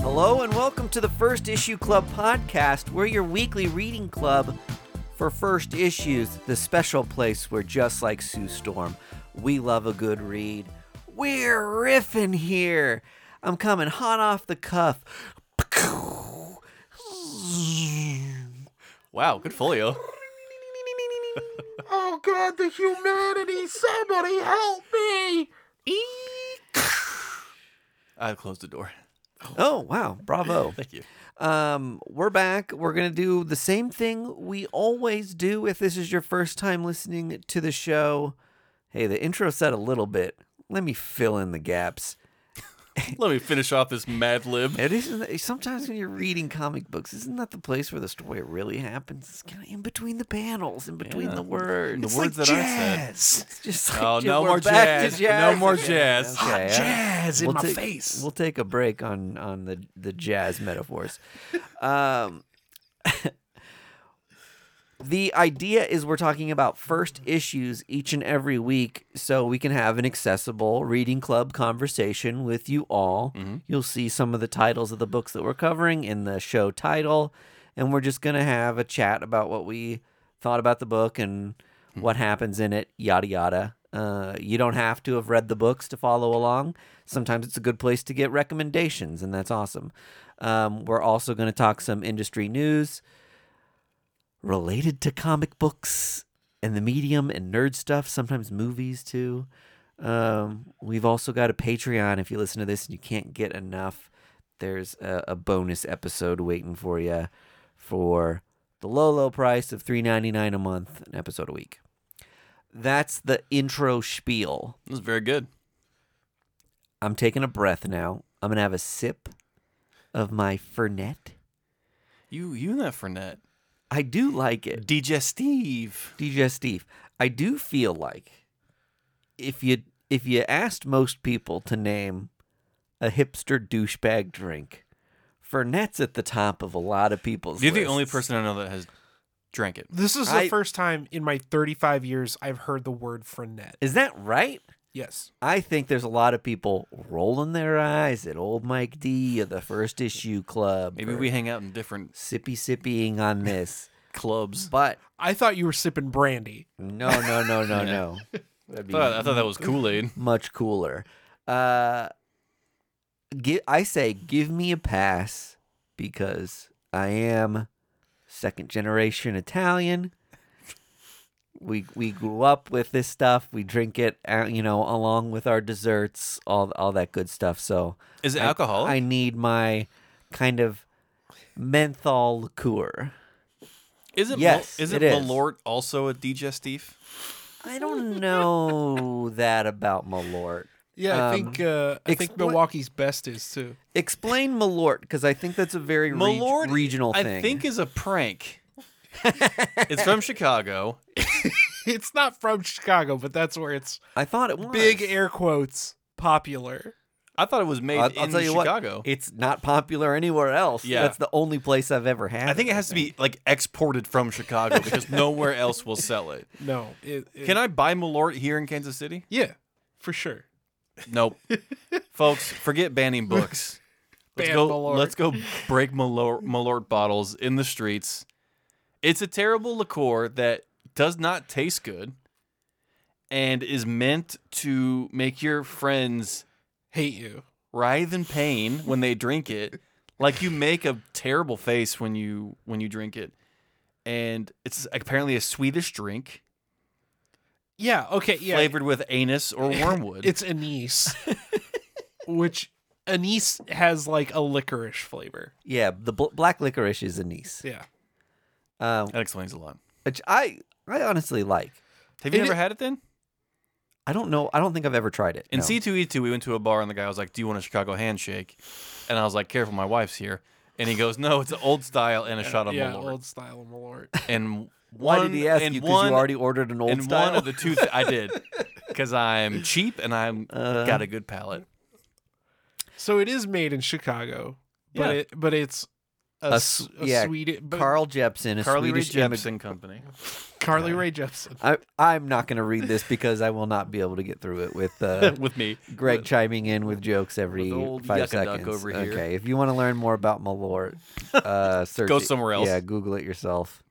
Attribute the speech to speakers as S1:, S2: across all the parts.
S1: Hello, and welcome to the First Issue Club podcast. We're your weekly reading club for first issues, the special place where, just like Sue Storm, we love a good read. We're riffing here. I'm coming hot off the cuff. Oh,
S2: Wow, good folio.
S3: Oh God, the humanity! Somebody help me!
S2: I closed the door.
S1: Oh, wow. Bravo.
S2: Thank you.
S1: Um, we're back. We're gonna do the same thing we always do. If this is your first time listening to the show, hey, the intro said a little bit. Let me fill in the gaps.
S2: Let me finish off this Mad Lib.
S1: It isn't sometimes when you're reading comic books, isn't that the place where the story really happens? It's kind of in between the panels, in between
S2: Yeah.
S1: the words.
S2: The
S1: It's
S2: words
S1: like
S2: that I said.
S1: jazz. It's just like,
S2: Oh,
S1: dude,
S2: no
S1: we're
S2: more
S1: back to
S2: jazz. No more
S1: again.
S2: jazz.
S1: Okay, I-
S3: Jazz in
S1: We'll
S3: my
S1: take-
S3: face.
S1: We'll take a break on on the the jazz metaphors. Um, the idea is we're talking about first issues each and every week, so we can have an accessible reading club conversation with you all. You'll see some of the titles of the books that we're covering in the show title, and we're just gonna have a chat about what we thought about the book and what happens in it, yada yada. Uh, you don't have to have read the books to follow along. Sometimes it's a good place to get recommendations, and that's awesome. Um, we're also going to talk some industry news related to comic books and the medium and nerd stuff, sometimes movies too. Um, we've also got a Patreon. If you listen to this and you can't get enough, there's a, a bonus episode waiting for you for the low, low price of three ninety nine a month, an episode a week. That's the intro spiel.
S2: This is very good.
S1: I'm taking a breath now. I'm gonna have a sip of my Fernet.
S2: You you and that Fernet.
S1: I do like it.
S2: Digestive.
S1: DJ Steve, I do feel like if you if you asked most people to name a hipster douchebag drink, Fernet's at the top of a lot of people's.
S2: You're the only
S1: lists.
S2: person I know that has drank it.
S3: This is the
S1: I-
S3: first time in my 35 years I've heard the word frenet.
S1: Is that right?
S3: Yes.
S1: I think there's a lot of people rolling their eyes at old Mike D of the First Issue Club.
S2: Maybe
S1: for
S2: we hang out in different
S1: sippy sippying on this,
S2: clubs.
S1: but
S3: I thought you were sipping brandy.
S1: no, no, no, no, no. That'd
S2: I
S1: be
S2: thought, I thought that was Kool Aid.
S1: much cooler. Uh, gi- I say, give me a pass because I am second generation Italian. We we grew up with this stuff. We drink it, uh, you know, along with our desserts, all all that good stuff. So
S2: Is it
S1: I-
S2: alcoholic?
S1: I need my kind of menthol liqueur.
S2: is it mul-
S1: yes,
S2: is
S1: it
S2: it,
S1: is.
S2: Malort also a digestive?
S1: I don't know that about Malort.
S3: Yeah, I
S1: Um,
S3: think uh, I think
S1: expla-
S3: Milwaukee's best is too.
S1: Explain Malort because I think that's a very reg-
S2: Malort
S1: regional
S2: I
S1: thing.
S2: think is a prank. it's from Chicago.
S3: It's not from Chicago, but that's where it's
S1: I thought it was
S3: big air quotes popular.
S2: I thought it was made
S1: I'll,
S2: in
S1: I'll tell you
S2: Chicago.
S1: what, it's not popular anywhere else.
S2: Yeah.
S1: that's the only place I've ever had.
S2: I think it has to be like exported from Chicago because nowhere else will sell it.
S3: No. It, it,
S2: Can I buy Malort here in Kansas City?
S3: Yeah, for sure.
S2: Nope. Folks, forget banning books. Let's
S3: Ban
S2: go
S3: Malort.
S2: let's go break Malort, Malort bottles in the streets. It's a terrible liqueur that does not taste good and is meant to make your friends
S3: Hate you.
S2: writhe in pain when they drink it. Like you make a terrible face when you when you drink it. And it's apparently a Swedish drink
S3: Yeah. Okay. Yeah.
S2: flavored with anus or wormwood.
S3: It's anise, which anise has like a licorice flavor.
S1: yeah, the bl- black licorice is anise,
S3: Yeah.
S1: um,
S2: that explains a lot.
S1: which I I honestly like.
S2: Have you
S3: It-
S2: ever had it then?
S1: I don't know. I don't think I've ever tried it.
S2: In
S1: no.
S2: C2E2, we went to a bar and the guy was like, Do you want a Chicago handshake? And I was like, Careful, my wife's here. And he goes, No, it's an old style and a shot of
S3: yeah,
S2: Malort.
S3: old style of Malort.
S2: And
S1: why
S2: one,
S1: did he ask you?
S2: and
S1: Because
S2: one,
S1: you already ordered an old
S2: and
S1: style.
S2: one of the two, th- I did. Because I'm cheap and I'm
S1: Uh, Uh-huh.
S2: got a good palate.
S3: so it is made in Chicago, but
S2: Yeah.
S3: it but it's
S1: A
S3: a, s-
S1: s-
S3: a
S1: yeah,
S3: Swedish. But,
S1: Carl Jepsen, a
S2: Carly Rae
S1: Swedish immi-
S2: Jepsen Company.
S3: Carly Ray Jepsen.
S1: I, I'm not going to read this because I will not be able to get through it with uh,
S2: with me.
S1: Greg chiming in with jokes every
S2: With old
S1: five
S2: Yucca Duck
S1: seconds.
S2: over here.
S1: okay, if you want to learn more about Malort, uh, search
S2: Go
S1: it.
S2: somewhere else.
S1: Yeah, Google it yourself.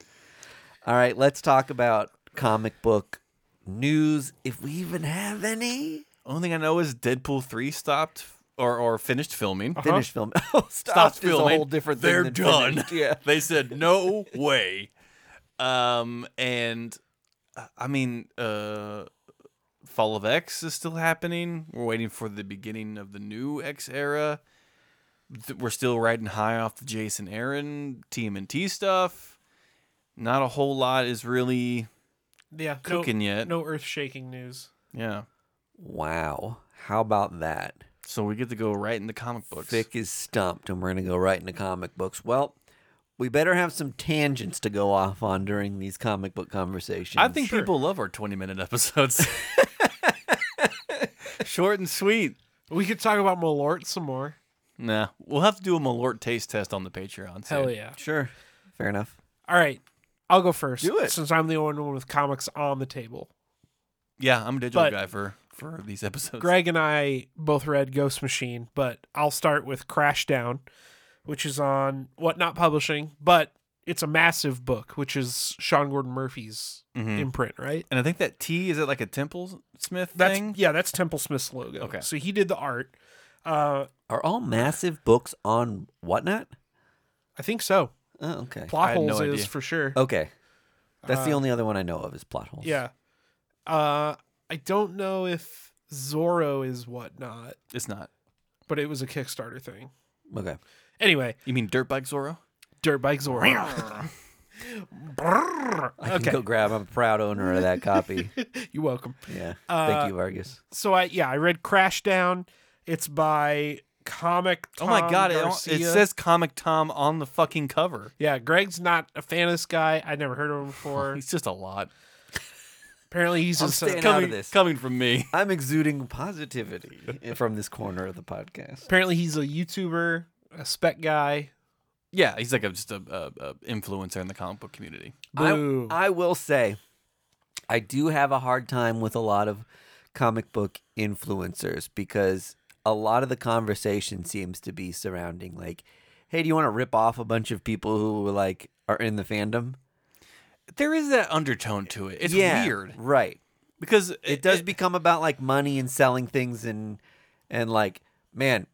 S1: All right, let's talk about comic book news, if we even have any.
S2: Only thing I know is Deadpool three stopped or or finished filming.
S3: Uh-huh.
S1: Finished film. Oh,
S2: Stopped
S1: stopped is
S2: filming.
S1: a whole different thing.
S2: They're
S1: than
S2: done.
S1: finished. Yeah.
S2: They said no way. Um and uh, I mean uh Fall of X is still happening. We're waiting for the beginning of the new X era. Th- We're still riding high off the Jason Aaron TMNT stuff. Not a whole lot is really
S3: Yeah, no-
S2: cooking yet.
S3: No earth shaking news.
S2: Yeah.
S1: Wow. How about that?
S2: So we get to go right in the comic books.
S1: Vic is stumped, and we're going to go right into comic books. Well, we better have some tangents to go off on during these comic book conversations.
S2: I think people love our 20 minute episodes. Short and sweet.
S3: We could talk about Malort some more.
S2: Nah, we'll have to do a Malort taste test on the Patreon. soon.
S3: Hell yeah!
S1: Sure. Fair enough.
S3: All right, I'll go first.
S1: Do it.
S3: since I'm the only one with comics on the table.
S2: Yeah, I'm a digital
S3: But-
S2: guy for for these episodes.
S3: Greg and I both read Ghost Machine, but I'll start with Crashdown, which is on Whatnot Publishing, but it's a massive book, which is Sean Gordon Murphy's
S1: Mm-hmm.
S2: Mhm.
S3: imprint, right?
S2: And I think that T is it like a Temple Smith
S3: That's
S2: thing?
S3: yeah, that's Temple Smith's logo.
S2: Okay.
S3: so he did the art. Uh,
S1: Are all massive books on whatnot?
S3: I think so.
S1: Oh, okay.
S3: Plot
S2: I had no
S3: holes is
S2: idea.
S3: for sure.
S1: okay. That's the only other one I know of is plot holes.
S3: Yeah. Uh, I don't know if Zorro is Whatnot,
S2: It's not.
S3: but it was a Kickstarter thing.
S1: Okay.
S3: Anyway,
S2: You mean Dirt Bike Zorro?
S3: Dirt Bike Zorro. Brrr.
S1: I can go grab. I'm a proud owner of that copy.
S3: You're welcome.
S1: Yeah.
S3: Uh,
S1: Thank you, Vargas.
S3: so I yeah, I read Crashdown. It's by comic.
S2: Oh my
S3: Tom
S2: god, it, al-
S3: Garcia.
S2: it says Comic Tom on the fucking cover.
S3: Yeah, Greg's not a fan of this guy. I never heard of him before.
S2: He's just a lot.
S3: Apparently, he's
S1: I'm
S3: just
S1: staying out
S3: a,
S1: of
S2: Coming,
S1: this.
S2: coming from me.
S1: I'm exuding positivity from this corner of the podcast.
S3: apparently he's a YouTuber, a spec guy.
S2: Yeah, he's like a, just a, a, a influencer in the comic book community.
S3: Boo.
S1: I, I will say, I do have a hard time with a lot of comic book influencers because a lot of the conversation seems to be surrounding like, hey, do you want to rip off a bunch of people who like are in the fandom?
S2: There is that undertone to it. It's weird
S1: right?
S2: because
S1: It does become about like money and selling things and and like, man,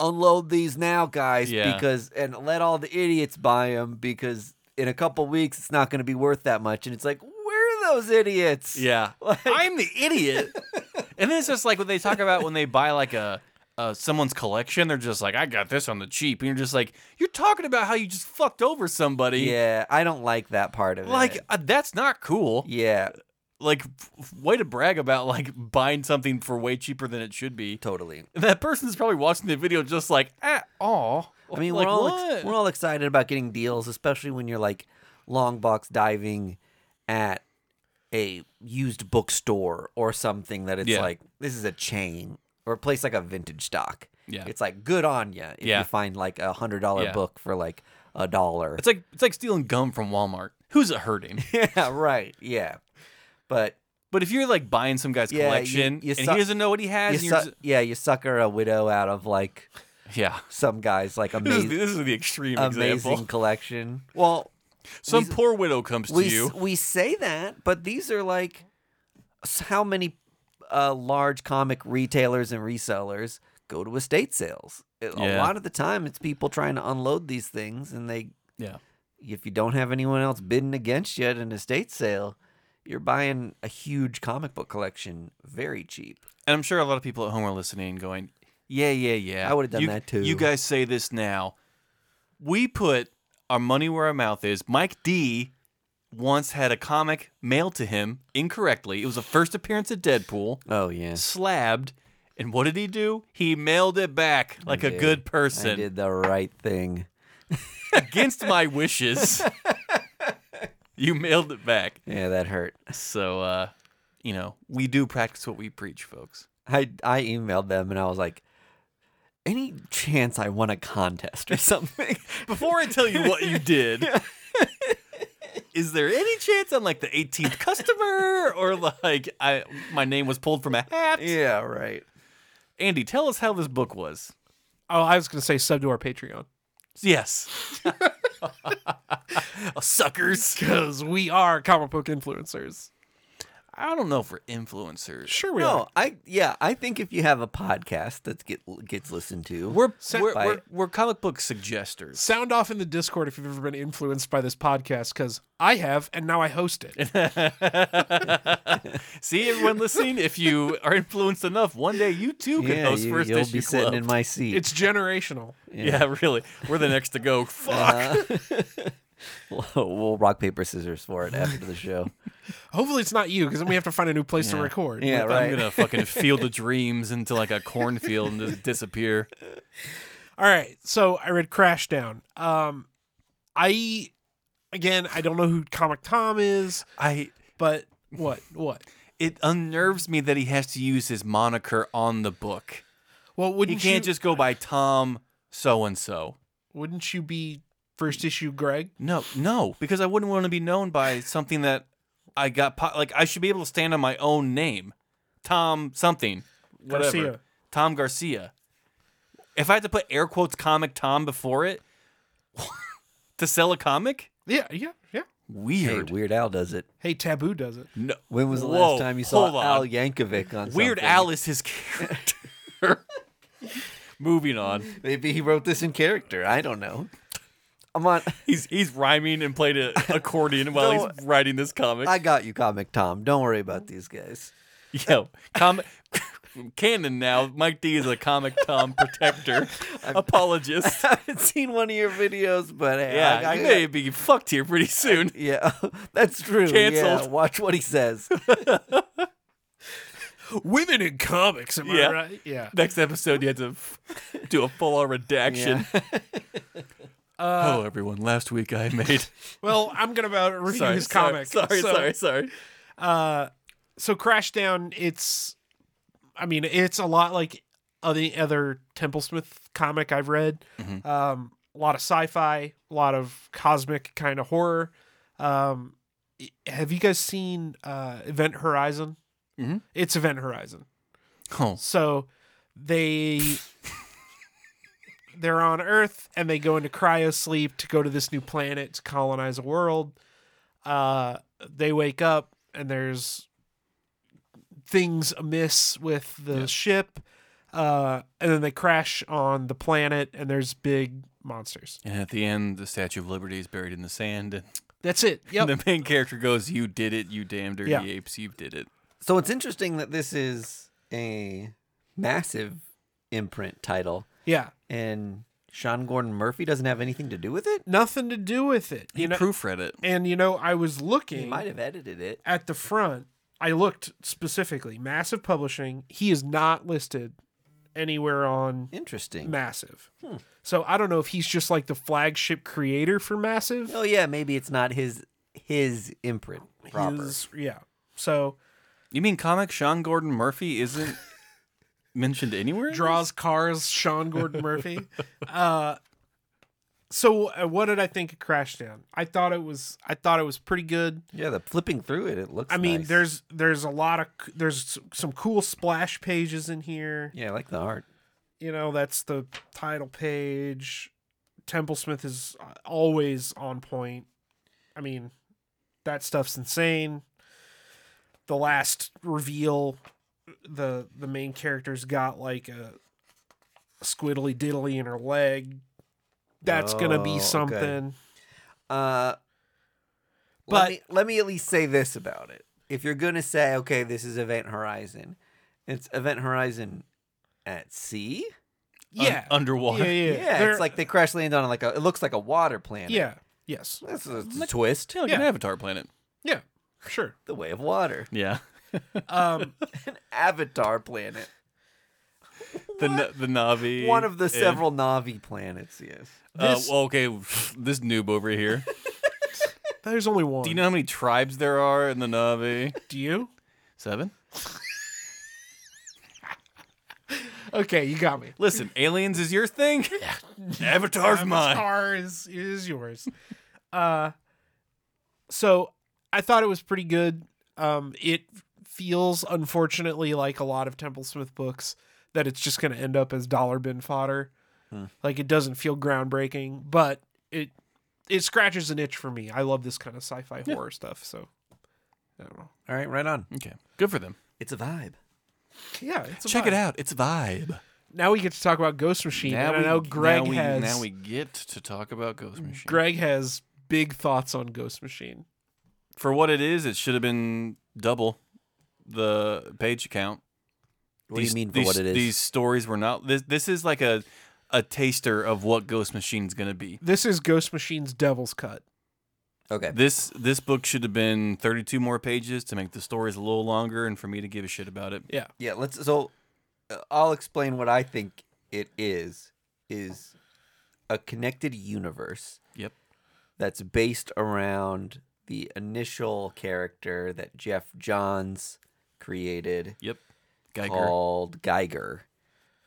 S1: unload these now, guys,
S2: Yeah.
S1: because and let all the idiots buy them because in a couple weeks it's not going to be worth that much. And it's like, where are those idiots?
S2: Yeah.
S1: Like-
S2: I'm the idiot. and then it's just like when they talk about when they buy like a uh, someone's collection, they're just like, I got this on the cheap. And you're just like, you're talking about how you just fucked over somebody.
S1: Yeah, I don't like that part of it.
S2: Like, uh, that's not cool.
S1: yeah,
S2: Like, f- way to brag about like buying something for way cheaper than it should be.
S1: totally.
S2: And that person's probably watching the video just like, ah, aw.
S1: I mean,
S2: like,
S1: we're all
S2: what?
S1: ex- we're all excited about getting deals, especially when you're like long box diving at a used bookstore or something that it's
S2: Yeah.
S1: like this is a chain or a place like a vintage stock.
S2: Yeah.
S1: it's like good on you if
S2: Yeah.
S1: you find like a hundred dollar
S2: Yeah.
S1: book for like a dollar.
S2: it's like it's like stealing gum from Walmart. Who's it hurting?
S1: yeah, right. Yeah, but
S2: but if you're like buying some guy's
S1: Yeah, you-
S2: collection
S1: you
S2: and
S1: suck-
S2: he doesn't know what he has,
S1: you
S2: and you're
S1: su- yeah, you sucker a widow out of like
S2: just- yeah.
S1: some guy's like
S2: This is,
S1: amazing
S2: the, this is the extreme
S1: amazing
S2: example.
S1: collection. Well,
S2: Some poor widow comes to
S1: we
S2: you.
S1: s- we say that, but these are like s- how many uh, large comic retailers and resellers go to estate sales. It- A
S2: Yeah.
S1: lot of the time, it's people trying to unload these things, and they
S2: yeah.
S1: if you don't have anyone else bidding against you at an estate sale, you're buying a huge comic book collection very cheap.
S2: And I'm sure a lot of people at home are listening and going, yeah, yeah, yeah.
S1: I would've done
S2: You-
S1: that too."
S2: You guys say this now. We put our money where our mouth is. Mike D once had a comic mailed to him incorrectly. It was the first appearance of Deadpool,
S1: Oh yeah,
S2: slabbed. And what did he do? He mailed it back like a
S1: did.
S2: good
S1: I
S2: person
S1: did the right thing.
S2: against my wishes. you mailed it back.
S1: Yeah, that hurt.
S2: So, uh, you know, we do practice what we preach, folks.
S1: I I emailed them and I was like, any chance I won a contest or something?
S2: Before I tell you what you did, is there any chance I'm like the 18th customer or like I my name was pulled from a hat?
S1: Yeah, right.
S2: Andy, tell us how this book was.
S3: Oh, I was going to say sub to our Patreon
S2: Yes. Oh, Suckers.
S3: because we are comic book influencers.
S2: I don't know if we're influencers.
S3: Sure, we
S1: No,
S3: are.
S1: I yeah, I think if you have a podcast that get, gets listened to,
S2: We're
S3: Sent
S2: we're,
S1: by-
S2: we're we're comic book suggesters.
S3: Sound off in the Discord if you've ever been influenced by this podcast because I have, and now I host it.
S2: See everyone listening, if you are influenced enough, one day you too can
S1: yeah,
S2: host
S1: you,
S2: first
S1: will
S2: issue
S1: be sitting
S2: club.
S1: in my seat.
S3: It's generational.
S2: yeah. Uh-huh. really. We're the next to go. Fuck.
S1: we'll, we'll rock paper scissors for it after the show.
S3: Hopefully, it's not you because then we have to find a new place to record.
S1: Yeah,
S2: Like,
S1: right.
S2: I'm gonna fucking field of dreams into like a cornfield and just disappear.
S3: All right. So I read Crash Down. Um, I again, I don't know who Comic Tom is,
S2: I
S3: but what what?
S2: it unnerves me that he has to use his moniker on the book.
S3: Well,
S2: He
S3: wouldn't
S2: can't
S3: you,
S2: just go by Tom so and so.
S3: wouldn't you be first issue Greg?
S2: No, no, because I wouldn't want to be known by something that I got. Po- like I should be able to stand on my own name, Tom something, whatever.
S3: Garcia.
S2: Tom Garcia. If I had to put air quotes comic Tom before it to sell a comic,
S3: Yeah, yeah,
S1: hey,
S3: yeah.
S2: weird.
S1: Weird Al does it.
S3: Hey, Taboo does it.
S2: No,
S1: When was the
S2: Whoa,
S1: last time you
S2: hold
S1: saw
S2: on.
S1: Al Yankovic on
S2: Weird
S1: something?
S2: Al is his character. Moving on,
S1: Maybe he wrote this in character. I don't know. I'm on.
S2: he's he's rhyming and played an accordion while he's writing this comic.
S1: I got you, Comic Tom. Don't worry about these guys.
S2: Yo, comic canon now. Mike D is a comic Tom protector, apologist.
S1: I haven't seen one of your videos, but hey,
S2: Yeah,
S1: I, I,
S2: you may be fucked here pretty soon.
S1: yeah, that's true. Yeah,
S2: Canceled.
S1: watch what he says.
S3: Women in comics, am
S2: Yeah.
S3: I right? Yeah.
S2: Next episode, you had to f- do a full on redaction. oh, everyone! Last week I made
S3: Well, I'm gonna about review
S2: sorry,
S3: his
S2: sorry,
S3: comic.
S2: Sorry,
S3: so, uh,
S2: sorry, sorry.
S3: So Crashdown, it's, I mean, it's a lot like other other Templesmith comic I've read.
S2: Mm-hmm.
S3: Um, a lot of sci-fi, a lot of cosmic kind of horror. Um, i- have you guys seen uh, Event Horizon?
S2: Mhm.
S3: It's Event Horizon.
S2: Oh,
S3: So they they're on Earth and they go into cryo sleep to go to this new planet to colonize a world. Uh, they wake up and there's things amiss with the ship. Uh, and then they crash on the planet and there's big monsters.
S2: and at the end, the Statue of Liberty is buried in the sand, and
S3: That's it. Yep.
S2: the main character goes, "You did it, you damn dirty
S3: Yeah.
S2: apes, you did it."
S1: So it's interesting that this is a massive imprint title,
S3: yeah.
S1: and Sean Gordon Murphy doesn't have anything to do with it.
S3: Nothing to do with it.
S2: He
S3: You know,
S2: proofread it.
S3: and you know, I was
S1: He
S3: looking
S1: might have edited it.
S3: at the front, I looked specifically Massive Publishing. He is not listed anywhere on
S1: Interesting.
S3: Massive.
S1: Hmm.
S3: So I don't know if he's just like the flagship creator for Massive.
S1: Oh yeah, maybe it's not his his imprint proper.
S3: His- yeah. So
S2: You mean comic Sean Gordon Murphy isn't mentioned anywhere?
S3: draws cars, Sean Gordon Murphy. uh, so uh, what did I think of Crashdown? I thought it was I thought it was pretty good.
S1: Yeah, the flipping through it, it looks.
S3: I mean,
S1: nice.
S3: there's there's a lot of c- there's s- some cool splash pages in here.
S1: yeah, I like the art.
S3: you know that's the title page temple smith is uh, always on point i mean that stuff's insane the last reveal the the main character's got like a squiddly diddly in her leg that's gonna
S1: Oh,
S3: be
S1: okay.
S3: something
S1: Uh,
S3: But-
S1: let me, let me at least say this about it. If you're gonna say, okay, this is Event Horizon, it's Event Horizon at sea.
S2: Un-
S3: yeah. yeah
S2: underwater.
S3: yeah
S1: Yeah,
S3: They're-
S1: it's like they crash land on like a. It looks like a water planet.
S3: yeah yes
S1: that's a, it's a twist.
S2: Yeah, like an
S3: Yeah.
S2: Avatar planet.
S3: yeah sure
S1: The way of water,
S2: Yeah,
S3: um
S1: an Avatar planet,
S2: the Na- the Navi.
S1: one of the
S2: and-
S1: several Navi planets. Yes.
S2: Uh,
S3: this,
S2: well, okay, this noob over here.
S3: there's only one
S2: Do you know how many tribes there are in the Navi?
S3: do you
S2: Seven.
S3: okay you got me
S2: Listen, aliens is your thing. Avatar's mine.
S3: Avatar is is yours. Uh so I thought it was pretty good. Um, it feels unfortunately like a lot of Temple Smith books that it's just going to end up as dollar bin fodder.
S1: Hmm.
S3: Like it doesn't feel groundbreaking, but it it scratches an itch for me. I love this kind of sci-fi
S2: Yeah.
S3: horror stuff. So I don't know.
S1: All right, right on.
S2: Okay, good for them.
S1: It's a vibe.
S3: Yeah, it's a
S2: Check it
S3: vibe.
S2: out. It's a vibe.
S3: Now we get to talk about Ghost Machine. and I know Greg
S2: now we,
S3: has
S2: now we get to talk about Ghost Machine.
S3: Greg has big thoughts on Ghost Machine.
S2: For what it is, it should have been double the page count.
S1: What do you mean for what it is?
S2: These stories were not. This this is like a a taster of what Ghost Machine's gonna be.
S3: This is Ghost Machine's Devil's Cut.
S1: okay.
S2: This this book should have been 32 more pages to make the stories a little longer and for me to give a shit about it.
S3: Yeah.
S1: Yeah, let's. So uh, I'll explain what I think it is. Is a connected universe.
S2: Yep.
S1: That's based around the initial character that Jeff Johns created
S2: Yep. Geiger.
S1: called Geiger.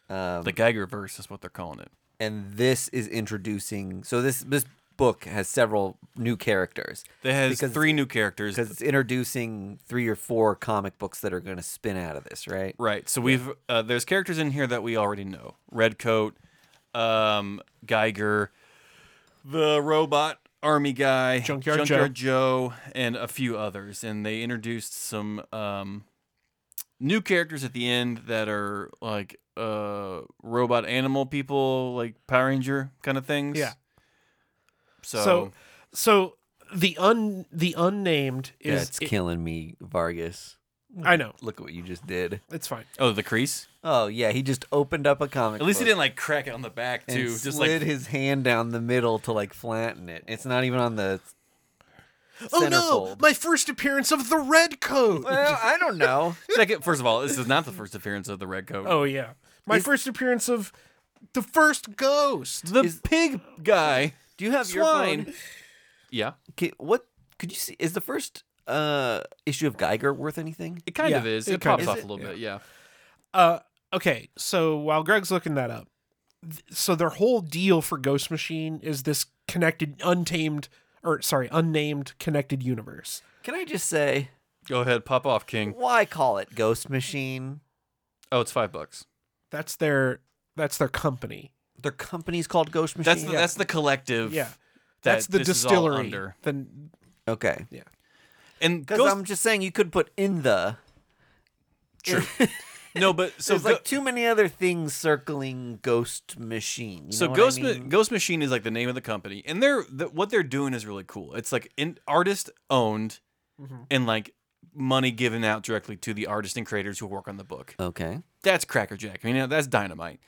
S1: Um,
S2: The Geiger verse is what they're calling it.
S1: and this is introducing. So this this book has several new characters
S2: That has
S1: Because-
S2: three new characters.
S1: because it's introducing three or four comic books that are going to spin out of this, right?
S2: Right. So we've uh, there's characters in here that we already know. Redcoat, um, Geiger, the robot army guy,
S3: Junkyard
S2: Joe. and a few others. And they introduced some um, new characters at the end that are like uh, robot animal people, like Power Ranger kind of things.
S3: Yeah.
S2: So,
S3: So- So the un the unnamed
S1: Yeah,
S3: is
S1: it's killing me, Vargas.
S3: I know.
S1: Look at what you just did.
S3: It's fine.
S2: oh, the crease.
S1: Oh yeah, he just opened up a comic.
S2: At least he
S1: book
S2: didn't like crack it on the back
S1: and
S2: too. Just like
S1: slid his hand down the middle to like flatten it. It's not even on the.
S3: Oh no!
S1: centerfold.
S3: My first appearance of the red coat.
S1: Well, I don't know.
S2: second. First of all, this is not the first appearance of the Redcoat.
S3: oh yeah. My
S1: Is-
S3: first appearance of the first ghost.
S2: The
S1: Is-
S2: pig guy.
S1: Do you have your
S2: Swine.
S1: phone?
S2: Yeah,
S1: Ki- What could you see? Is the first uh issue of Geiger worth anything?
S2: it kind
S3: Yeah,
S2: of is.
S3: it
S2: It,
S3: kind
S2: pops
S1: of
S2: off
S1: is.
S2: a little bit. Yeah.
S3: Uh okay, so while Greg's looking that up, th- so their whole deal for Ghost Machine is this connected untamed or sorry, unnamed connected universe.
S1: Can I just say
S2: Go ahead, pop off, King.
S1: why call it Ghost Machine?
S2: Oh, it's five bucks.
S3: That's their that's their company.
S1: Their company's called Ghost Machine.
S2: That's the, that's the collective.
S3: Yeah.
S2: that
S3: That's the
S2: this is all
S3: distillery.
S2: under.
S3: Then
S1: okay.
S2: And
S1: Because
S2: Ghost,
S1: I'm just saying you could put in the.
S2: true. no, but so
S1: There's like
S2: Go-
S1: too many other things circling Ghost Machine. You
S2: so
S1: know what I
S2: Ghost Ma-
S1: mean?
S2: Ghost Machine is like the name of the company, and they're th- what they're doing is really cool. It's like in, artist owned,
S1: Mm-hmm.
S2: and like money given out directly to the artists and creators who work on the book.
S1: Okay.
S2: that's crackerjack. I mean, that's dynamite.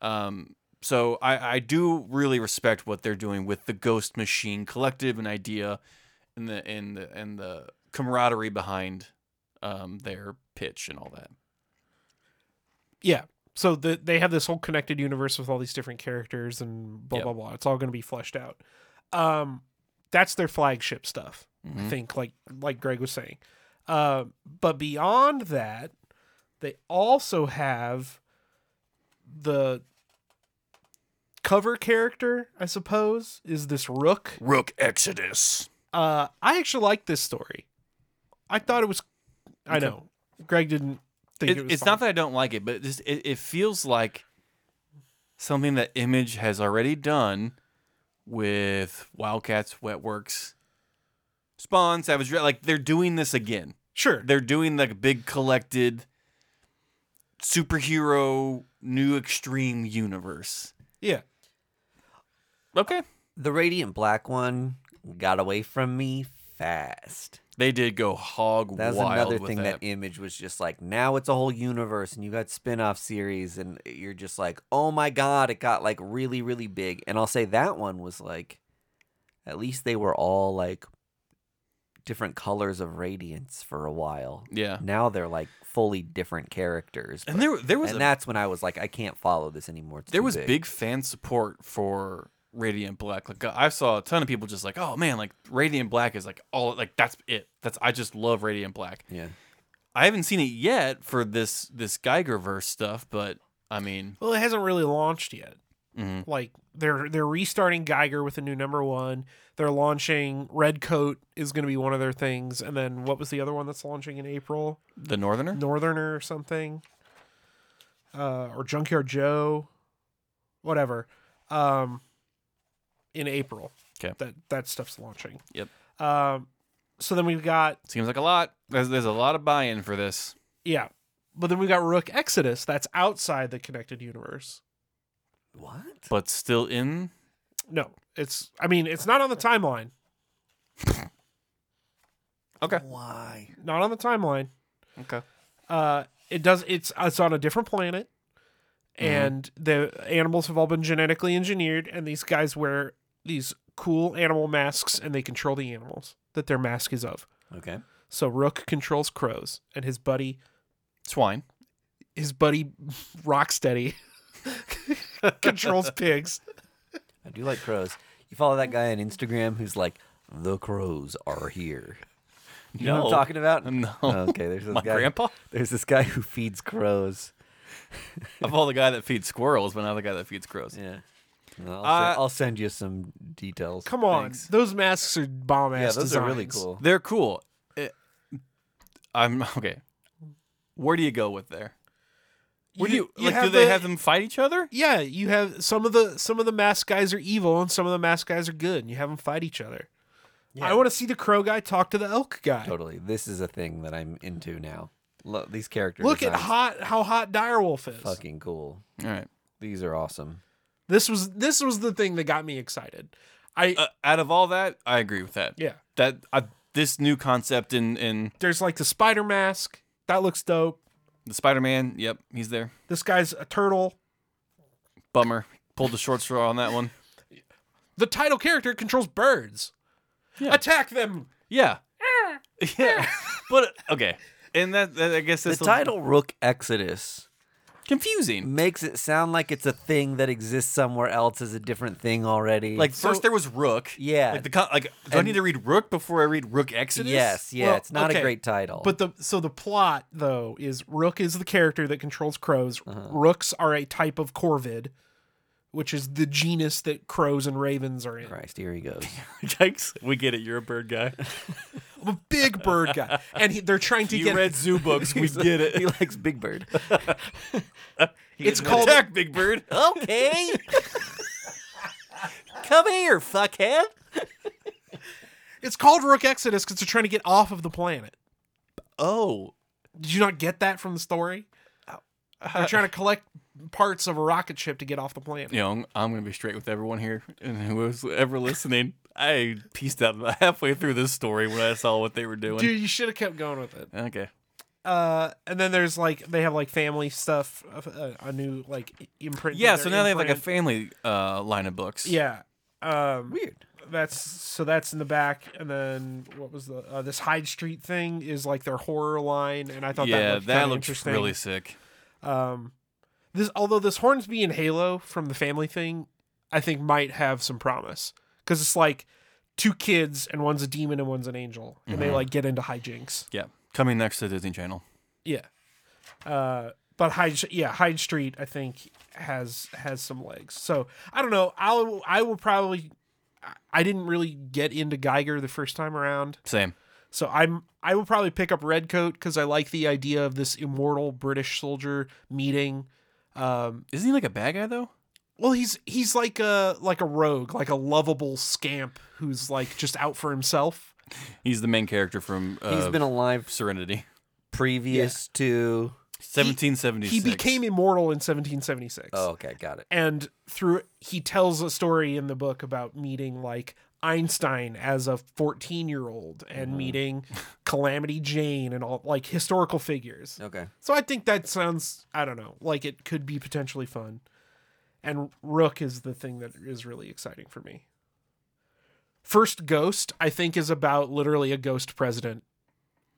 S2: Um, so I, I do really respect what they're doing with the Ghost Machine Collective and idea, and the and the and the camaraderie behind um, their pitch and all that.
S3: yeah. So the, they have this whole connected universe with all these different characters and blah
S2: Yep.
S3: blah blah. It's all going to be fleshed out. Um that's their flagship stuff.
S2: Mm-hmm.
S3: I think like like Greg was saying. Uh, but beyond that, they also have the cover character, I suppose, is this Rook.
S2: Rook Exodus.
S3: Uh, I actually like this story. I thought it was. I
S2: Okay.
S3: know Greg didn't think it,
S2: It,
S3: was.
S2: it's not
S3: fine.
S2: that I don't like it, but it just it, it feels like something that Image has already done with Wildcats, Wetworks, Spawn, Savage. Dragon. Like they're doing this again.
S3: sure.
S2: they're doing like big collected superhero new extreme universe.
S3: Yeah.
S2: Okay.
S1: The Radiant Black one got away from me fast.
S2: They did go hog
S1: That was
S2: wild
S1: another
S2: with
S1: thing that.
S2: that.
S1: Image was just like, now it's a whole universe and you got spin off series and you're just like, oh my God, it got like really, really big. And I'll say that one was like, at least they were all like different colors of radiance for a while.
S2: yeah.
S1: Now they're like fully different characters.
S2: And
S1: but-
S2: there there was
S1: and
S2: a,
S1: that's when I was like, I can't follow this anymore. It's
S2: there
S1: too
S2: was
S1: big.
S2: big. fan support for Radiant Black. Like I saw a ton of people just like, "Oh man, like Radiant Black is like all like that's it. That's I just love Radiant Black."
S1: Yeah.
S2: I haven't seen it yet for this this Geigerverse stuff, but I mean,
S3: Well, it hasn't really launched yet.
S2: Mhm.
S3: Like they're they're restarting Geiger with a new number one. They're launching Red Coat is going to be one of their things, and then what was the other one that's launching in April?
S2: The Northerner?
S3: Northerner or something, uh, or Junkyard Joe, whatever. Um, in April,
S2: 'Kay.
S3: that that stuff's launching.
S2: Yep.
S3: Um, so then we've got
S2: Seems like a lot. There's, there's a lot of buy-in for this.
S3: yeah, but then we've got Rook Exodus. That's outside the connected universe.
S1: What?
S2: But still in
S3: No, it's. I mean, it's not on the timeline.
S2: Okay.
S1: Why?
S3: Not on the timeline.
S2: Okay.
S3: Uh, it does. It's it's on a different planet, and the animals have all been genetically engineered, and these guys wear these cool animal masks, and they control the animals that their mask is of.
S1: Okay.
S3: So Rook controls crows, and his buddy,
S2: Swine.
S3: his buddy Rocksteady, controls pigs.
S1: I do like crows. You follow that guy on Instagram who's like, the crows are here. You know what
S2: No.
S1: I'm talking about?
S2: No.
S1: Okay, there's this
S2: My
S1: guy.
S2: grandpa?
S1: There's this guy who feeds crows.
S2: I've all the guy that feeds squirrels, but not the guy that feeds crows.
S1: Yeah. I'll,
S2: Uh,
S1: sen- I'll send you some details.
S3: Come on,
S2: Thanks.
S3: those masks are bomb ass.
S1: Yeah, those are really cool.
S2: They're cool. Eh, I'm okay. Where do you go with there? Where do you, like? do they
S3: the-
S2: have them fight each other?
S3: yeah, you have some of the some of the mask guys are evil and some of the mask guys are good, and you have them fight each other. I want to see the crow guy talk to the elk guy.
S1: Totally. This is a thing that I'm into now. Lo- these characters.
S3: Look at hot how hot Direwolf is.
S1: Fucking cool.
S2: All right.
S1: These are awesome.
S3: This was this was the thing that got me excited. I
S2: Uh, out of all that, I agree with that.
S3: yeah,
S2: That I, this new concept in in
S3: there's like the spider mask that looks dope.
S2: the Spider Man. Yep, he's there.
S3: This guy's a turtle.
S2: Bummer. Pulled the short straw on that one.
S3: The title character controls birds.
S2: Yeah.
S3: Attack them.
S2: Yeah. yeah. But okay. And that, that I guess
S1: The
S2: that's a-
S1: title Rook Exodus
S2: confusing.
S1: makes it sound like it's a thing that exists somewhere else as a different thing already.
S2: Like
S1: So-
S2: first there was Rook.
S1: Yeah.
S2: Like the con- like do I
S1: And-
S2: need to read Rook before I read Rook Exodus?
S1: Yes, yeah,
S3: Well,
S1: it's not
S3: okay,
S1: a great title.
S3: But the so the plot though is Rook is the character that controls crows.
S2: Uh-huh.
S3: Rooks are a type of corvid, which is the genus that crows and ravens are in.
S1: Christ, here he goes.
S2: Yikes. We get it. You're a bird guy.
S3: I'm a big bird guy, and he, they're trying to
S2: You
S3: get
S2: read zoo books. We
S1: He's-
S2: get
S1: He
S2: it.
S1: likes Big Bird.
S2: It's
S3: called-
S2: Attack Big Bird.
S1: okay. Come here, fuckhead.
S3: It's called Rook Exodus because they're trying to get off of the planet.
S2: Oh.
S3: Did you not get that from the story? They're trying to collect parts of a rocket ship to get off the planet.
S2: You know, I'm going to be straight with everyone here and whoever's ever listening. I pieced out about halfway through this story when I saw what they were doing.
S3: Dude, you should have kept going with it.
S2: Okay.
S3: Uh, and then there's like they have like family stuff, uh, a new like imprint.
S2: Yeah,
S3: their
S2: so now they have like a
S3: imprint.
S2: family uh, line of books.
S3: yeah. Um,
S1: Weird.
S3: that's so that's in the back, and then what was the uh, this Hyde Street thing is like their horror line, and I thought
S2: yeah,
S3: that looked, kinda
S2: that looks
S3: interesting.
S2: really sick.
S3: Um, this although this Hornsby and Halo from the family thing, I think might have some promise because it's like two kids and one's a demon and one's an angel, and
S2: Mm-hmm.
S3: they like get into hijinks.
S2: Yeah, coming next to Disney Channel.
S3: Yeah. Uh, but Hyde, yeah, Hyde Street, I think has has some legs. So I don't know. I'll I will probably. I- I didn't really get into Geiger the first time around,
S2: Same.
S3: so I'm I will probably pick up Redcoat because I like the idea of this immortal British soldier meeting. Um,
S2: Isn't he like a bad guy though?
S3: well, he's he's like a like a rogue, like a lovable scamp who's like just out for himself.
S2: He's the main character from uh,
S1: He's been alive
S2: Serenity.
S1: previous to.
S2: 1776.
S3: He became immortal in 1776.
S1: Oh, okay, got it.
S3: and through he tells a story in the book about meeting like Einstein as a 14 year old and meeting Calamity Jane and all like historical figures.
S1: Okay.
S3: So I think that sounds I don't know like it could be potentially fun, and Rook is the thing that is really exciting for me. First Ghost I think is about literally a ghost president,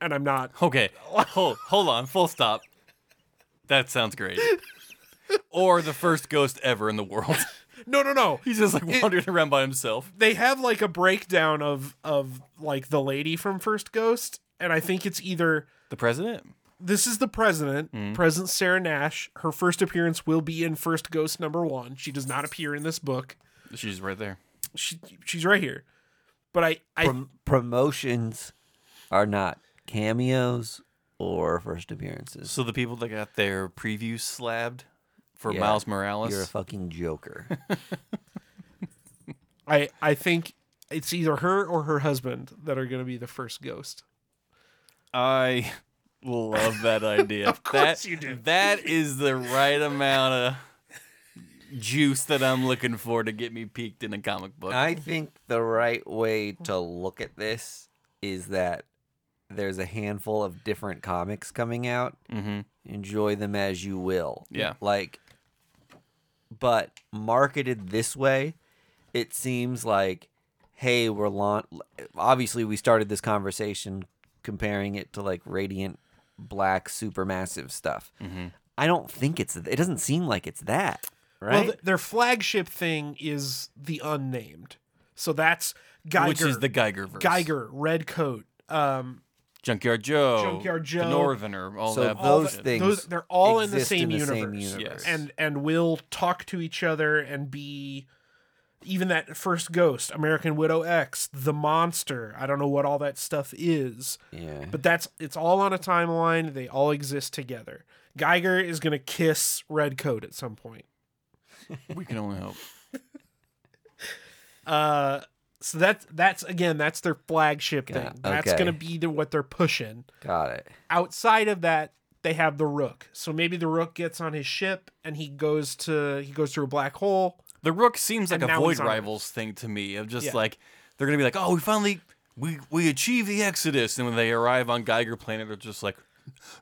S3: and I'm not
S2: Okay. Hold, hold on. Full stop. That sounds great. or the first ghost ever in the world.
S3: no no no
S2: He's just like
S3: It-
S2: wandering around by himself.
S3: they have like a breakdown of of like the lady from First Ghost, and I think it's either
S2: The president?
S3: this is the president,
S2: Mhm.
S3: President Sarah Nash. Her first appearance will be in First Ghost number one. She does not appear in this book.
S2: She's right there.
S3: She she's right here, but I I
S1: Prom- promotions are not cameos or first appearances.
S2: So the people that got their preview slabbed for
S1: Yeah.
S2: Miles Morales.
S1: You're a fucking joker.
S3: I I think it's either her or her husband that are going to be the first ghost.
S2: I love that idea.
S3: Of course
S2: That-
S3: you do.
S2: That is the right amount of juice that I'm looking for to get me peaked in a comic book.
S1: I think the right way to look at this is that there's a handful of different comics coming out.
S2: mm-hmm.
S1: Enjoy them as you will.
S2: Yeah.
S1: Like, but marketed this way, it seems like, hey, we're launch. Obviously, we started this conversation comparing it to like radiant black supermassive stuff.
S3: Mm-hmm.
S2: Mhm.
S1: I don't think it's. It doesn't seem like it's that. Right.
S3: Well, th- their flagship thing is the unnamed. So that's Geiger.
S2: Which is the Geiger verse.
S3: Geiger red coat. Um,
S2: Junkyard Joe.
S3: Junkyard Joe.
S2: The Northerner. All
S1: So
S2: that.
S1: those
S2: bullshit.
S1: things-
S3: those they're all in the
S1: exist in
S3: same
S1: the
S3: universe,
S1: same
S2: universe. Yes.
S3: and and will talk to each other and be even that first ghost, American Widow X, the monster. I don't know what all that stuff is,
S1: yeah.
S3: but that's it's all on a timeline. They all exist together. Geiger is gonna kiss Red Coat at some point.
S2: We can only hope.
S3: Uh, so that's that's again that's their flagship
S1: Yeah,
S3: thing. That's
S1: okay.
S3: gonna be the, what they're pushing.
S1: Got it.
S3: outside of that they have the rook so maybe the rook gets on his ship and he goes to he goes through a black hole
S2: The Rook seems like
S3: And
S2: a
S3: now
S2: Void
S3: he's on
S2: Rivals thing to me of just
S3: Yeah.
S2: like they're gonna be like, oh, we finally we we achieved the Exodus, and when they arrive on Geiger Planet, they're just like,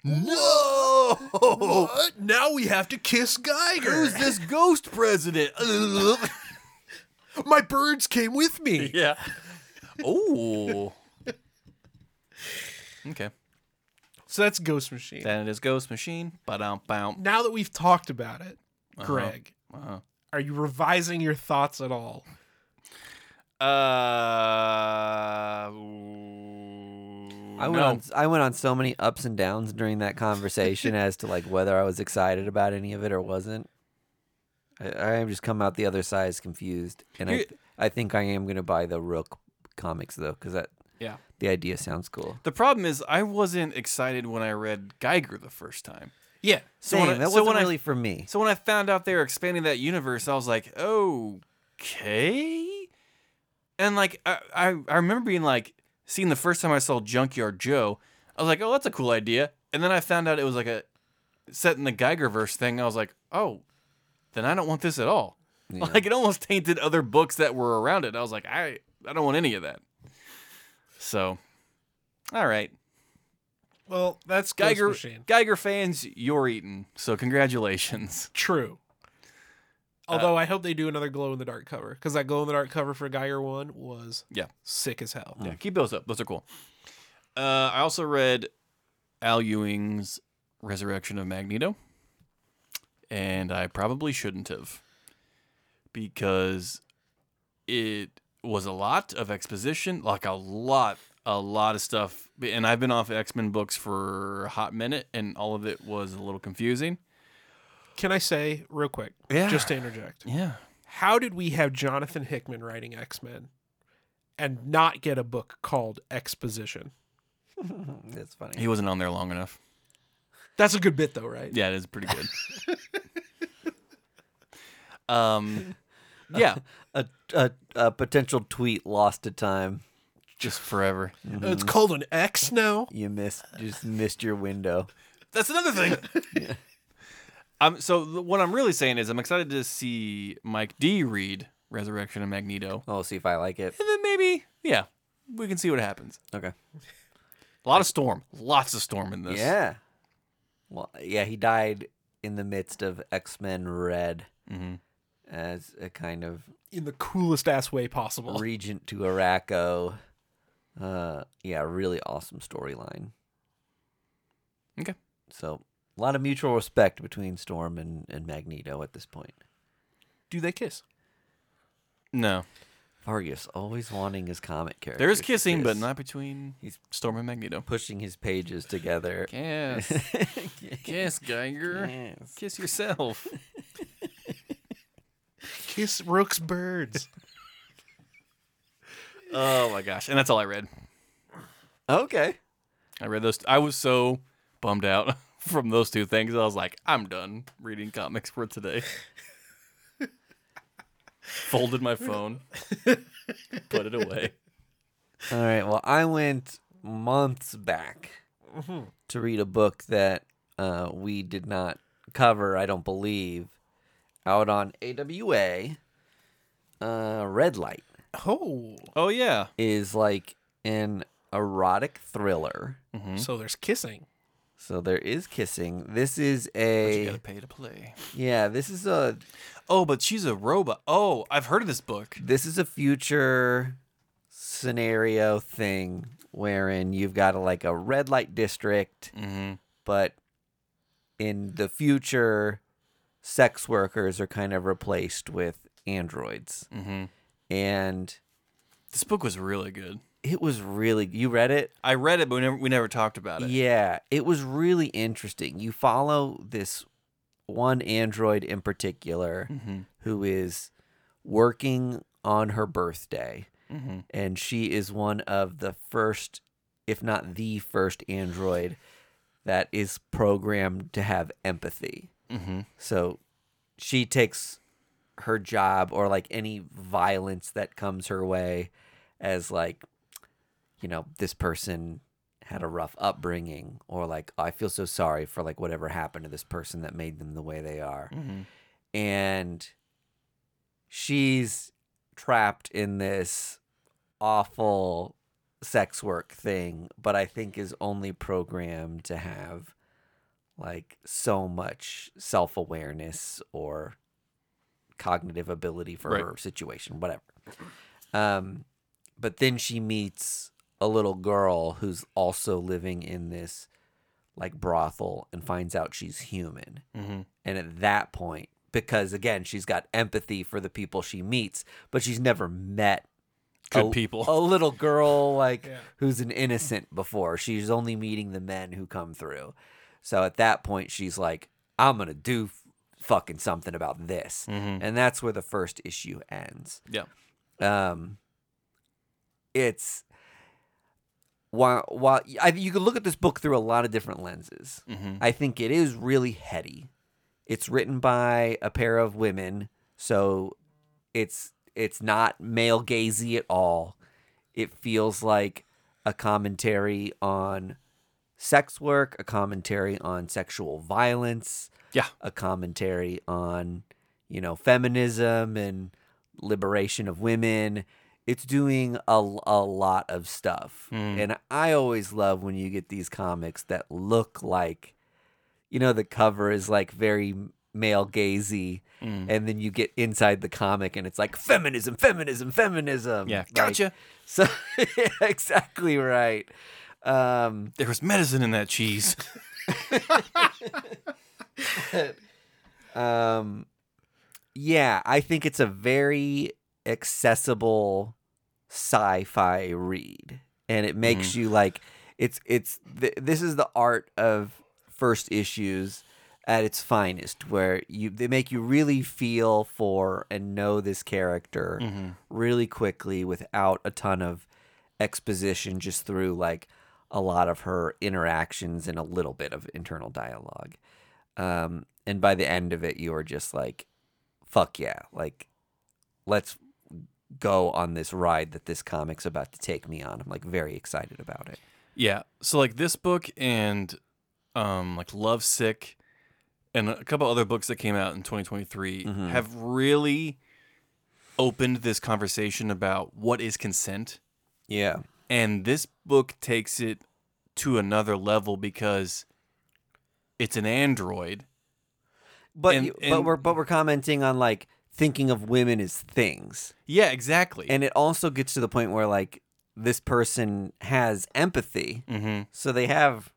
S2: no,
S3: Uh, now we have to kiss geiger
S2: who's this ghost president?
S3: my birds came with me
S2: yeah. Oh. Okay.
S3: so that's ghost machine
S2: Then it is Ghost Machine. Ba-dum, bam.
S3: now that we've talked about it greg
S2: Uh-huh.
S3: are you revising your thoughts at all
S2: Uh.
S1: I went
S2: no.
S1: on I went on so many ups and downs during that conversation as to like whether I was excited about any of it or wasn't. I, I just come out the other side as confused, and I
S2: Here-
S1: I think I am gonna buy the Rook comics though because that
S2: Yeah.
S1: the idea sounds cool.
S2: The problem is, I wasn't excited when I read Geiger the first time.
S3: yeah
S2: So
S1: Same,
S2: when I,
S1: that
S2: so
S1: wasn't
S2: when I-
S1: really for me.
S2: so when I found out they were expanding that universe, I was like, okay. And like I, I, I remember being like seeing the first time I saw Junkyard Joe, I was like, oh, that's a cool idea. And then I found out it was like a set in the Geigerverse thing. I was like, oh, then I don't want this at all.
S1: Yeah.
S2: Like it almost tainted other books that were around it. I was like, I, I don't want any of that. So, all right,
S3: well that's ghost
S2: Geiger,
S3: machine
S2: Geiger fans, you're eaten. So congratulations.
S3: true although i hope they do another glow in the dark cover because that glow in the dark cover for geiger one was
S2: Yeah.
S3: sick as hell
S2: Yeah, keep those up. Those are cool. Uh, I also read Al Ewing's Resurrection of Magneto, and I probably shouldn't have because it was a lot of exposition, like a lot, a lot of stuff. And I've been off X Men books for a hot minute, and all of it was a little confusing.
S3: can i say real quick
S2: Yeah.
S3: just to interject
S2: Yeah.
S3: how did we have Jonathan Hickman writing X Men and not get a book called Exposition?
S1: That's funny.
S2: He wasn't on there long enough.
S3: That's a good bit, though, right?
S2: Yeah, it is pretty good. um, yeah,
S1: A, a a potential tweet lost to time.
S2: just forever.
S3: Uh, It's called an X now.
S1: You missed just missed your window.
S2: That's another thing. Um, so th- what I'm really saying is I'm excited to see Mike D read Resurrection of Magneto,
S1: Oh, see if I like it.
S2: and then maybe yeah, we can see what happens.
S1: Okay.
S2: A lot of storm, lots of storm in this.
S1: Yeah. Well, yeah, he died in the midst of X Men Red
S2: Mhm.
S1: as a kind of
S3: In the coolest ass way
S2: Oh.
S3: possible.
S1: regent to Araco. Uh, yeah, really awesome storyline.
S2: Okay.
S1: So a lot of mutual respect between Storm and, and Magneto at this point.
S3: Do they kiss?
S2: No.
S1: Vargas always wanting his comic character.
S2: There's kissing, but not between Storm and Magneto.
S1: pushing his pages together.
S2: Kiss, kiss, Geiger,
S1: Yes.
S2: kiss yourself.
S4: Kiss Rook's birds.
S2: Oh my gosh! And that's all I read.
S1: Okay.
S2: I read those. I was so bummed out from those two things. I was like, I'm done reading comics for today. Folded my phone, put it away.
S1: All right. Well, I went months back to read a book that uh, we did not cover, I don't believe, out on AWA. Uh, Red Light
S4: Oh.
S2: Oh yeah,
S1: is like an erotic thriller.
S4: So there's kissing.
S1: So there is kissing. This is
S2: you
S1: a
S2: gotta pay to play.
S1: yeah. This is a
S2: Oh, but she's a robot. Oh, I've heard of this book.
S1: this is a future scenario thing wherein you've got a, like a red light district
S2: Mm-hmm.
S1: but in the future, sex workers are kind of replaced with androids.
S2: Mm-hmm.
S1: And
S2: This book was really good.
S1: it was really, you read it?
S2: I read it, but we never, we never talked about it.
S1: Yeah, it was really interesting. You follow this one android in particular
S2: Mhm.
S1: who is working on her birthday.
S2: Mhm.
S1: and she is one of the first, if not the first, android that is programmed to have empathy.
S2: Mhm.
S1: So she takes her job or like any violence that comes her way as like, you know, this person had a rough upbringing or like "Oh, I feel so sorry for like whatever happened to this person that made them the way they are
S2: Mhm.
S1: and she's trapped in this awful sex work thing, but I think is only programmed to have like so much self awareness or cognitive ability for
S2: Right.
S1: her situation, whatever. Um, but then she meets a little girl who's also living in this like brothel and finds out she's human.
S2: Mhm.
S1: And at that point, because again, she's got empathy for the people she meets, but she's never met
S2: Good
S1: a,
S2: people.
S1: a little girl like
S3: Yeah.
S1: who's an innocent before. She's only meeting the men who come through. So at that point, she's like, "I'm gonna do f- fucking something about this,"
S2: Mhm.
S1: and that's where the first issue ends
S2: Yeah.
S1: um it's while while I, you can look at this book through a lot of different lenses
S2: Mhm.
S1: i think it is really heady it's written by a pair of women so it's it's not male gazy at all it feels like a commentary on sex work a commentary on sexual violence
S2: Yeah.
S1: a commentary on you know feminism and liberation of women it's doing a, a lot of stuff
S2: Mm.
S1: and i always love when you get these comics that look like you know the cover is like very male gazy
S2: Mm.
S1: and then you get inside the comic and it's like feminism feminism feminism
S2: Yeah.
S1: Like,
S2: Gotcha.
S1: so yeah, exactly right um
S2: there was medicine in that cheese.
S1: Um, yeah, I think it's a very accessible sci-fi read, and it makes you like it's it's th- this is the art of first issues at its finest, where you they make you really feel for and know this character really quickly without a ton of exposition, just through like a lot of her interactions and a little bit of internal dialogue um, and by the end of it, you are just like, "Fuck yeah!" Like, let's go on this ride that this comic's about to take me on. I'm like very excited about it.
S2: Yeah. So like this book and um like Love Sick and a couple other books that came out in 2023
S1: Mhm.
S2: have really opened this conversation about what is consent.
S1: Yeah,
S2: And this book takes it to another level because it's an android.
S1: but
S2: And-
S1: you- but
S2: and-
S1: we're but we're commenting on like thinking of women as things,
S2: Yeah, exactly.
S1: and it also gets to the point where like this person has empathy,
S2: mm-hmm.
S1: so they have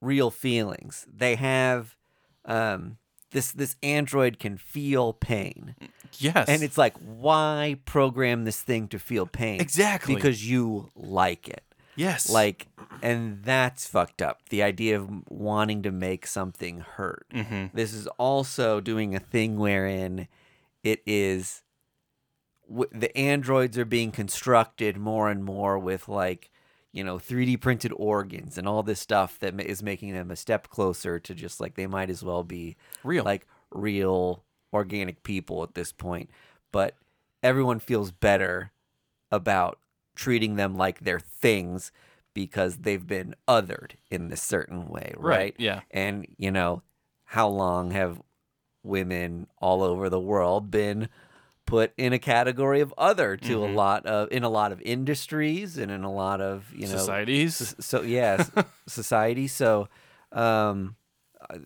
S1: real feelings. They have um, this this android can feel pain.
S2: Yes.
S1: And it's like, why program this thing to feel pain?
S2: Exactly.
S1: Because you like it.
S2: yes.
S1: Like, and that's fucked up. The idea of wanting to make something hurt.
S2: Mm. Mm-hmm.
S1: This is also doing a thing wherein it is w- the androids are being constructed more and more with like, you know, 3D printed organs and all this stuff that ma- is making them a step closer to just like they might as well be
S2: real.
S1: like real organic people at this point, but everyone feels better about treating them like they're things because they've been othered in this certain way,
S2: right.
S1: right?
S2: Yeah.
S1: And, you know, how long have women all over the world been put in a category of other to a lot of in a lot of industries and in a lot of, you know,
S2: Societies.
S1: S- so yes society so um uh,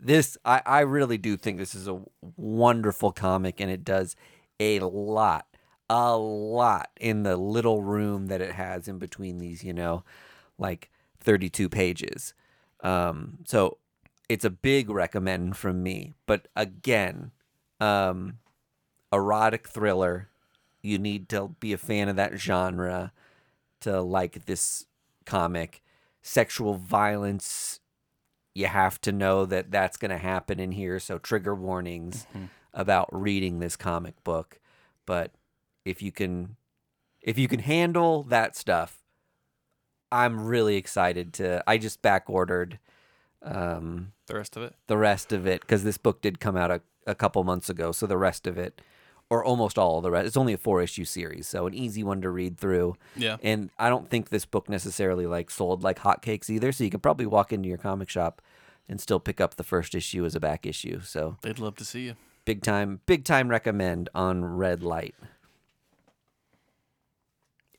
S1: this I, I really do think this is a wonderful comic and it does a lot a lot in the little room that it has in between these you know like 32 pages um so it's a big recommend from me but again um erotic thriller you need to be a fan of that genre to like this comic sexual violence you have to know that that's going to happen in here so trigger warnings about reading this comic book but if you can if you can handle that stuff i'm really excited to i just back ordered um
S2: The rest of it.
S1: the rest of it because this book did come out a, a couple months ago so the rest of it or almost all the rest it's only a four issue series so an easy one to read through
S2: Yeah.
S1: and i don't think this book necessarily like sold like hotcakes either so you could probably walk into your comic shop and still pick up the first issue as a back issue so
S2: They'd love to see you.
S1: big time big time recommend on red light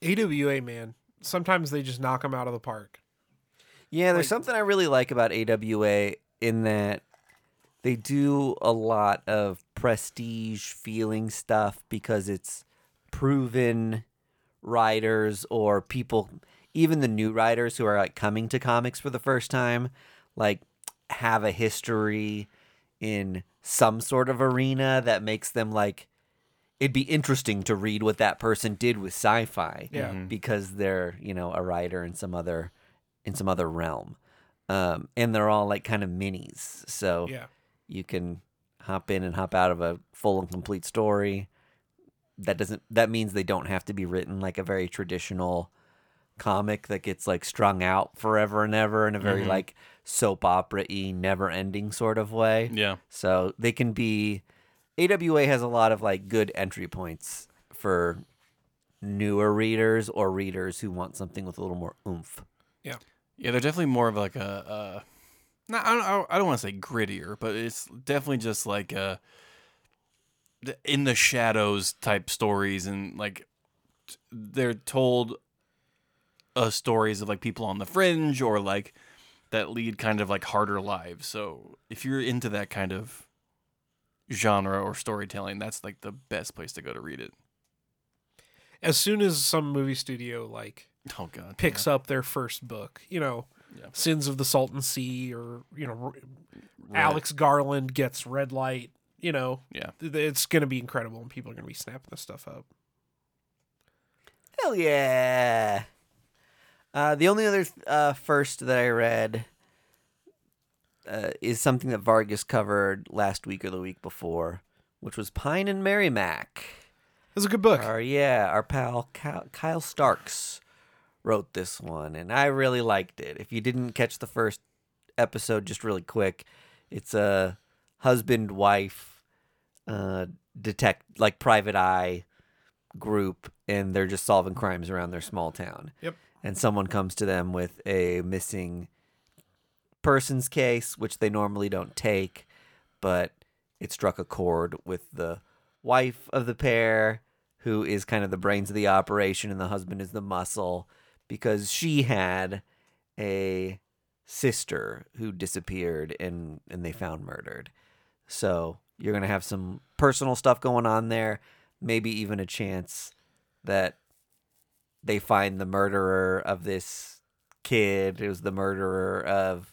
S3: AWA man. Sometimes they just knock them out of the park.
S1: Yeah, there's something I really like about AWA in that they do a lot of prestige feeling stuff because it's proven writers or people, even the new writers who are like coming to comics for the first time, like have a history in some sort of arena that makes them like it'd be interesting to read what that person did with sci-fi
S3: Yeah.
S1: because they're you know a writer in some other in some other realm um and they're all like kind of minis so
S3: Yeah.
S1: you can hop in and hop out of a full and complete story that doesn't that means they don't have to be written like a very traditional comic that gets like strung out forever and ever in a very
S2: Mhm.
S1: like soap opera-y never ending sort of way
S2: Yeah.
S1: so they can be AWA has a lot of like good entry points for newer readers or readers who want something with a little more oomph.
S2: Yeah, they're definitely more of like a. Uh, not, I don't, I don't want to say grittier, but it's definitely just like a the- in the shadows type stories, and like t- they're told uh, stories of like people on the fringe or like that lead kind of like harder lives. So if you're into that kind of genre or storytelling, that's like the best place to go to read it.
S3: As soon as some movie studio like
S2: Oh god,
S3: picks up their first book, you know,
S2: Yeah.
S3: Sins of the Salton Sea or, you know, R-
S2: Right.
S3: Alex Garland gets Red Light, you know,
S2: Yeah.
S3: th- it's going to be incredible and people are going to be snapping this stuff up.
S1: Hell yeah. Uh, the only other uh, first that I read uh, is something that Vargas covered last week or the week before, which was Pine and Merrimack.
S3: It's a good book.
S1: Our, yeah, our pal Ky- Kyle Starks wrote this one, and I really liked it. If you didn't catch the first episode, just really quick, it's a husband wife uh, detect like private eye group, and they're just solving crimes around their small town.
S3: Yep.
S1: And someone comes to them with a missing person's case, which they normally don't take, but it struck a chord with the wife of the pair, who is kind of the brains of the operation, and the husband is the muscle, because she had a sister who disappeared and, and they found murdered. So you're going to have some personal stuff going on there, maybe even a chance that they find the murderer of this kid who's the murderer of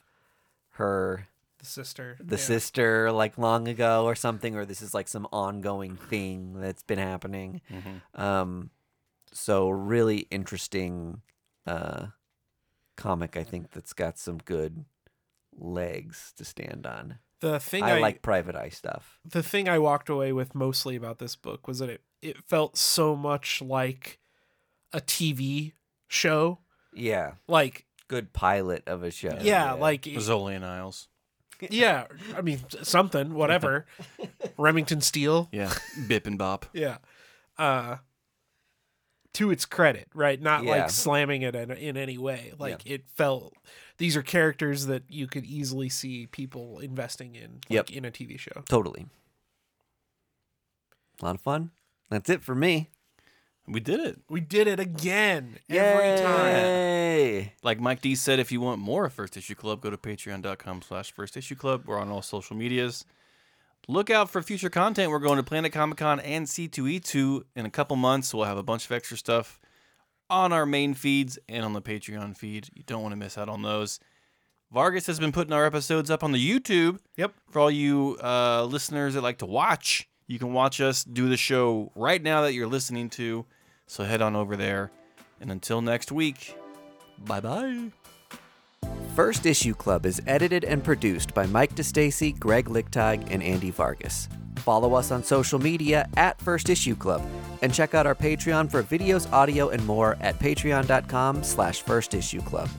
S1: her
S5: the sister.
S1: the
S5: Yeah.
S1: sister like long ago or something or this is like some ongoing thing that's been happening
S3: Mm-hmm.
S1: um so really interesting uh comic i think that's got some good legs to stand on
S3: The thing
S1: i,
S3: I,
S1: like private eye stuff
S3: the thing I walked away with mostly about this book was that it it felt so much like a TV show.
S1: yeah
S3: Like
S1: good pilot of a show
S3: yeah, like
S2: Zolian Isles.
S3: yeah, I mean something, whatever. Remington Steele.
S2: Yeah. Bip and Bop.
S3: Yeah. Uh to its credit, right? Not
S1: Yeah.
S3: like slamming it in, in any way. Like it felt these are characters that you could easily see people investing in like
S1: Yep.
S3: in a TV show.
S1: totally a lot of fun that's it for me
S2: We did it.
S3: We did it again every time.
S1: Yay!
S2: Like Mike D said, if you want more of First Issue Club, go to patreon.com slash first issue club. We're on all social medias. Look out for future content. We're going to Planet Comic Con and C2E2 in a couple months. We'll have a bunch of extra stuff on our main feeds and on the Patreon feed. You don't want to miss out on those. Vargas has been putting our episodes up on the YouTube.
S3: Yep.
S2: For all you uh, listeners that like to watch, you can watch us do the show right now that you're listening to. So head on over there. And until next week, bye bye.
S1: First Issue Club is edited and produced by Mike DeStacy, Greg Lichtag, and Andy Vargas. Follow us on social media at First Issue Club and check out our Patreon for videos, audio, and more at patreon.com slash first issue club.